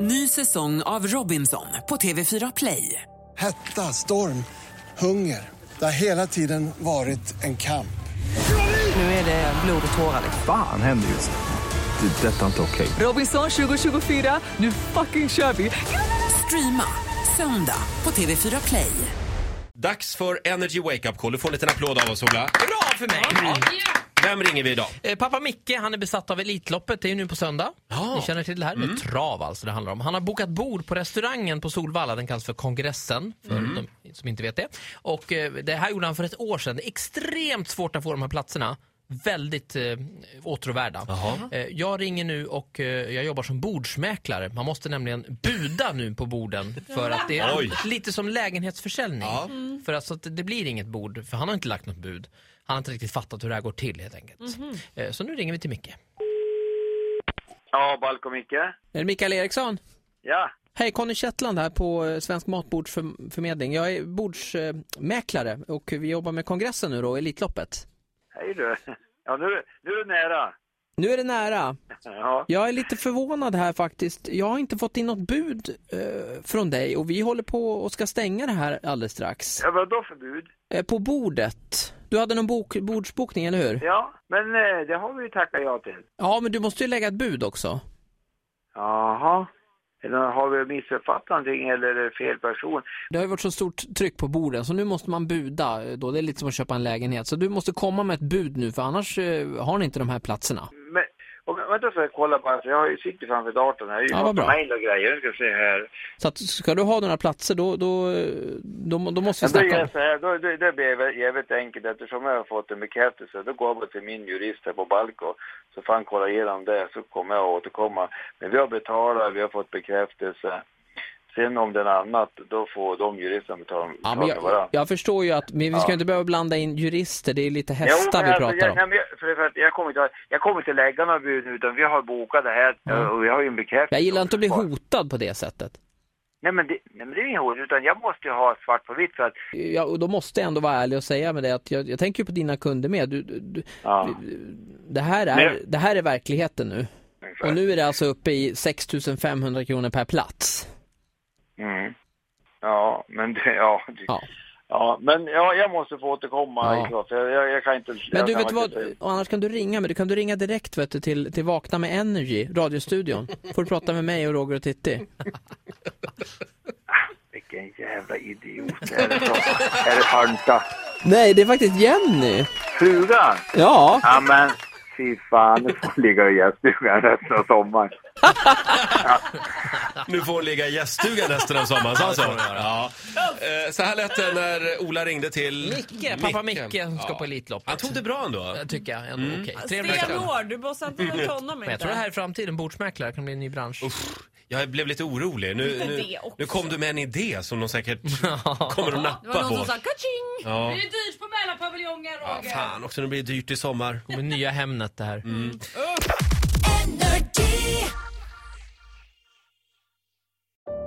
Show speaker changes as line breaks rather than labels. Ny säsong av Robinson på TV4 Play.
Hetta, storm, hunger. Det har hela tiden varit en kamp.
Nu är det blod och tårar. liksom.
Fan händer just nu. Det. är Detta är inte okej.
Robinson 2024, nu fucking kör vi! Streama söndag på TV4 Play.
Dags för Energy Wake Up Call. Du får en liten applåd av oss, Ola.
Bra för mig!
Vem ringer vi idag?
Eh, Pappa Micke han är besatt av Elitloppet, det är ju nu på söndag. Ni känner till det här, med trav alltså det handlar om. Han har bokat bord på restaurangen på Solvalla, den kallas för Kongressen, för de som inte vet det. Och eh, det här gjorde han för ett år sedan. Det är extremt svårt att få de här platserna. Väldigt eh, åtråvärda. Eh, jag ringer nu och eh, jag jobbar som bordsmäklare. Man måste nämligen buda nu på borden för att det är
Oj.
lite som lägenhetsförsäljning. För alltså att det blir inget bord, för han har inte lagt något bud. Han har inte riktigt fattat hur det här går till helt enkelt. Eh, Så nu ringer vi till Micke.
Ja, Balko Micke.
Är det Eh, Mikael Eriksson?
Ja,
Hej, Conny Kättland här på eh, Svensk Matbordsförmedling. Jag är bordsmäklare och vi jobbar med kongressen nu då, Elitloppet.
hej du. Ja, nu, nu är du nära.
Nu är det nära.
Ja,
Jag är lite förvånad här faktiskt. Jag har inte fått in något bud eh, från dig och vi håller på och ska stänga det här alldeles strax.
ja vadå för bud?
Eh, på bordet. Du hade någon bok, bordsbokning, eller hur?
Ja, men eh, det har vi ju tackat ja till.
Ja, men du måste ju lägga ett bud också.
Jaha. Eller har vi missuppfattat någonting eller är det fel person?
Det har ju varit så stort tryck på borden så nu måste man buda. eh, Då. Det är lite som att köpa en lägenhet. Så du måste komma med ett bud nu för annars eh, har ni inte de här platserna.
Men, och, vänta så jag kollar bara, för jag har ju- sitter framför datorn här. Jag
Ja, vad bra.
mejl och grejer. Nu ska vi se här.
Så att, ska du ha några platser då, då, eh, då, då måste
Ja,
vi
då gör
snacka om
jag så här, då, då, det blir väl jävligt enkelt eftersom jag har fått en bekräftelse. Då går jag bara till min jurist här på Balko så får han kolla igenom det så kommer jag att återkomma. Men vi har betalat, vi har fått bekräftelse. Sen om den annat, då får de juristerna betala,
Ja,
betala
men
med varandra.
jag, jag förstår ju att men vi ska inte behöva blanda in jurister, det är lite hästar vi
alltså,
pratar
jag,
om.
nej, men jag, för, det- för att jag, kommer inte, jag kommer inte lägga några bud nu utan vi har bokat det här och vi har ju en bekräftelse.
Jag gillar inte att bli hotad på det sättet.
Nej men, det, nej men det är ingen hot utan jag måste ju ha svart på vitt för att
Ja, och då måste jag ändå vara ärlig och säga med det att jag, jag tänker ju på dina kunder med. Du, du, du,
Ja.
det, här är,
Nej.
det här är verkligheten nu. Och nu är det alltså uppe i 6 500 kronor per plats.
Mm. Ja, men det, ja, det, ja.
Ja.
men ja, jag måste få återkomma.
Ja.
Ja. Jag, jag, jag kan inte...
Men
jag
du
kan
vet
inte
vad,
säga.
och annars kan du ringa, men du kan du ringa direkt vet du, till, till Vakna med Energy, radiostudion. Får du prata med mig och Roger och Titti.
Vilken jävla idiot. Är det, så? är det Fanta?
Nej, det är faktiskt Jenny.
Frugan?
Ja,
Ja, men fy fan. Nu får jag ligga i gäststugan resten av sommaren.
Nu får hon ligga i gäststugan resten av sommaren, sa han så? Ja. Eh, Så här lät det när Ola ringde till...
Micke, pappa Micke som ska
Ja.
på Elitloppet.
Han tog det bra ändå.
Jag tycker jag ändå okej. Trevlig kväll.
Stenhård, du bossar inte runt honom
Men jag tror det
inte.
här är framtiden, bordsmäklare kan bli en ny bransch.
Jag blev lite orolig. Nu,
Lite
nu,
det också.
nu kom du med en idé som de säkert kommer att
Det var
nappa
någon som
på.
sa kaching!
Ja.
Det är dyrt på Mälarpaviljongen
Ja,
Roger.
fan också, nu blir det dyrt i sommar.
Med nya Hemnet det här.